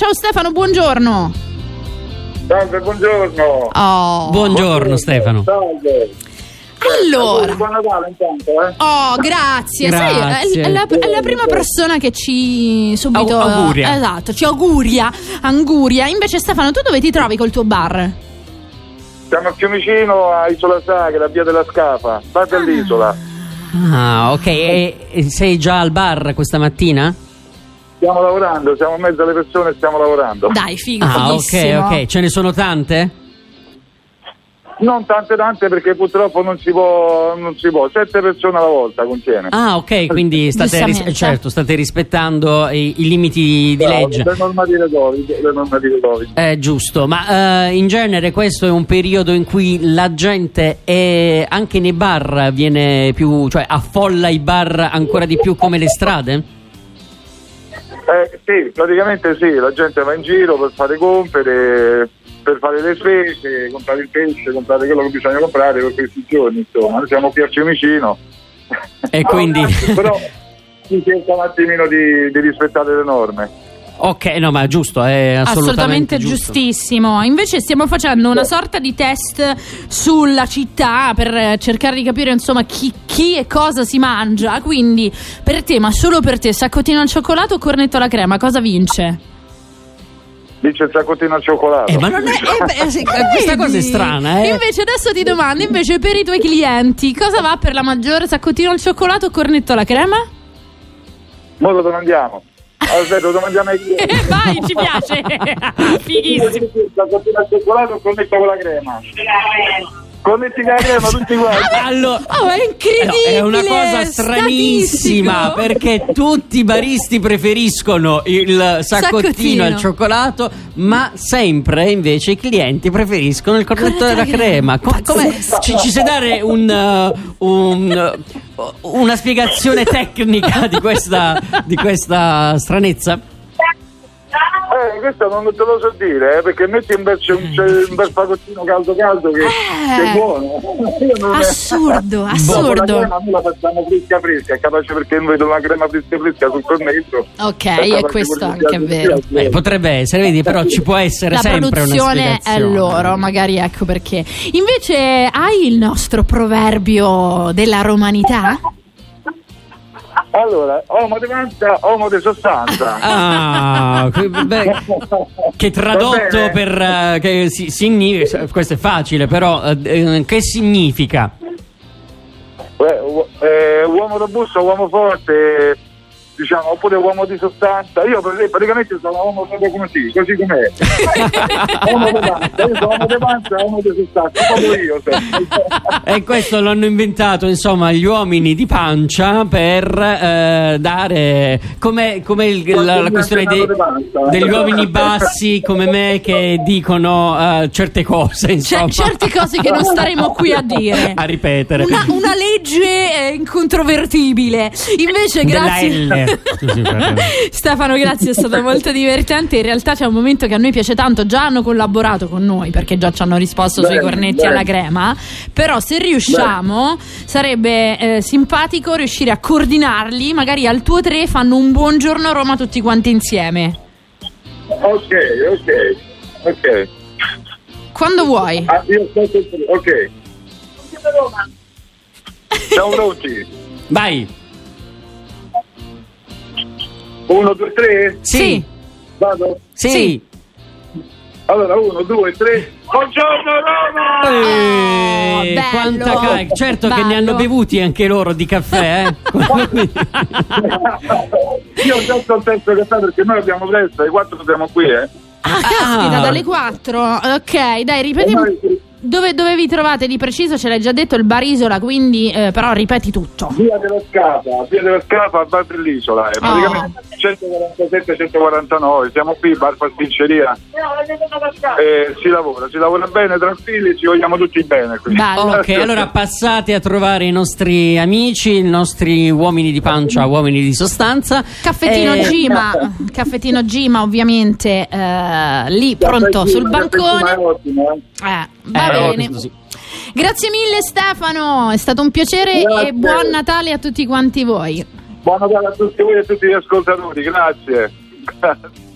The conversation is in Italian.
Ciao Stefano, buongiorno. Salve, buongiorno. Oh. Buongiorno Stefano. Salve. Allora. Buon Natale intanto, eh. Oh, grazie. Grazie. Sai, è, è la, è la prima persona che ci subito Au- auguria. Esatto, ci auguria, anguria. Invece Stefano, tu dove ti trovi col tuo bar? Siamo a Fiumicino, a Isola Sacra, via della Scafa, bar dell'isola. Ah, ok. E, e sei già al bar questa mattina? Stiamo lavorando, siamo in mezzo alle persone e stiamo lavorando. Dai, figo, Ah, ok, fighissimo. ok. Ce ne sono tante? Non tante tante perché purtroppo non si può, non si può. Sette persone alla volta contiene. Ah, ok, quindi state, ris- Giustamente. certo, state rispettando i, i limiti di Bravo, legge. Le normative Covid, le normative Covid. Eh, giusto, ma eh, in genere questo è un periodo in cui la gente è, anche nei bar viene più, cioè affolla i bar ancora di più come le strade? Eh, sì, praticamente sì, la gente va in giro per fare compere, per fare le spese, comprare il pesce, comprare quello che bisogna comprare per questi giorni, insomma. Noi siamo qui a Fiumicino. E quindi... Però si cerca un attimino di, di rispettare le norme. ok, no, ma giusto, è assolutamente, Assolutamente giusto. giustissimo. Invece stiamo facendo una sorta di test sulla città per eh, cercare di capire insomma chi, chi e cosa si mangia. Quindi per te, ma solo per te, saccottino al cioccolato o cornetto alla crema, cosa vince? Dice il saccottino al cioccolato. Eh, Ah, ma non è... eh, beh, sì, questa cosa è Vedi? strana, eh. Invece adesso ti domando, invece per i tuoi clienti, cosa va per la maggiore saccottino al cioccolato o cornetto alla crema? Mo lo domandiamo. Aspetta, lo domandiamo ai clienti. Eh, vai, ci piace. Fighissimo. Il saccottino al cioccolato connetto con la crema. Connetti con la crema tutti quanti. Allora, Oh, è incredibile, È una cosa stranissima statistico. perché tutti i baristi preferiscono il saccottino, Saccottino. al cioccolato, ma sempre invece i clienti preferiscono il cornetto Cornetto della alla crema. crema. Co- come- ci, ci sai dare un, eh, un, eh, una spiegazione tecnica di questa, di questa stranezza? Eh, questo non te lo so dire, eh, perché metti un bel, c'è un, c'è un bel fagottino caldo caldo che, Eh. che è buono. Io non- Assurdo, Dopo la assurdo. crema noi la facciamo fresca fresca, è capace perché noi vedo la crema fresca fresca sul cornetto. Ok, È e capace questo pure di anche Cioè, è piacere vero. al cliente. Eh, potrebbe essere, vedi, però ci può essere La sempre una produzione è spiegazione. loro, magari ecco perché. Invece hai il nostro proverbio della romanità? Allora, homo di manta, homo di sostanza. Ah, que- beh, che Va tradotto bene. per eh, che si- signi- questo è facile, però eh, eh, che significa? Eh, u- eh, uomo robusto, uomo forte, diciamo, oppure uomo di sostanza. Io per- praticamente sono uomo proprio come sì, così com'è. uomo di panza, io sono uomo di panza, uomo di sostanza, proprio io. sono. E questo l'hanno inventato, insomma, gli uomini di pancia per eh, dare come, come il- la, la questione dei- degli uomini bassi come me che dicono eh, certe cose, C'è insomma. certe Cioè, cose che non staremo qui a dire. A ripetere. Una, una legge eh, incontrovertibile. Invece, Della grazie. L. Scusi, perdona. Stefano, grazie, è stato molto divertente. In realtà c'è un momento che a noi piace tanto. Già hanno collaborato con noi perché già ci hanno risposto sui Bene, cornetti bene. alla crema. Però, se riusciamo, sarebbe eh, simpatico riuscire a coordinarli. Magari al tuo tre fanno un buongiorno a Roma tutti quanti insieme. Ok, ok, ok. Quando vuoi. Ah, io aspetto il primo, ok. Siamo pronti. Vai. Uno, due, tre, Sì. vado. Sì. Sì. Allora, uno, due, tre. Buongiorno Roma! Oh, Eh, bello. quanta cal- certo che ne hanno Bello. bevuti anche loro di caffè, eh. Ah, Io già sto testo che sta perché noi abbiamo presto, alle 4 siamo qui, eh. Ah, caspita, Ah. dalle 4. Ok, dai, ripetiamo. Ormai Dove, dove vi trovate di preciso? Ce l'hai già detto il bar Isola, quindi eh, però ripeti tutto. Via della Scapa, via della Scapa, al bar dell'isola, Ah. eh. Praticamente 147-149, siamo qui, bar pasticceria. Eh, si lavora, si lavora bene, tranquilli, ci vogliamo tutti bene qui. Bello. Ok, allora passate a trovare i nostri amici, i nostri uomini di pancia, uomini di sostanza. Caffettino Eh, Gima, caffettino Gima ovviamente eh, lì pronto sul È bancone. ottimo, eh. Eh, va eh, bene. questo sì. Grazie mille Stefano, è stato un piacere e Grazie. buon Natale a tutti quanti voi. Buon Natale a tutti voi e a tutti gli ascoltatori, grazie.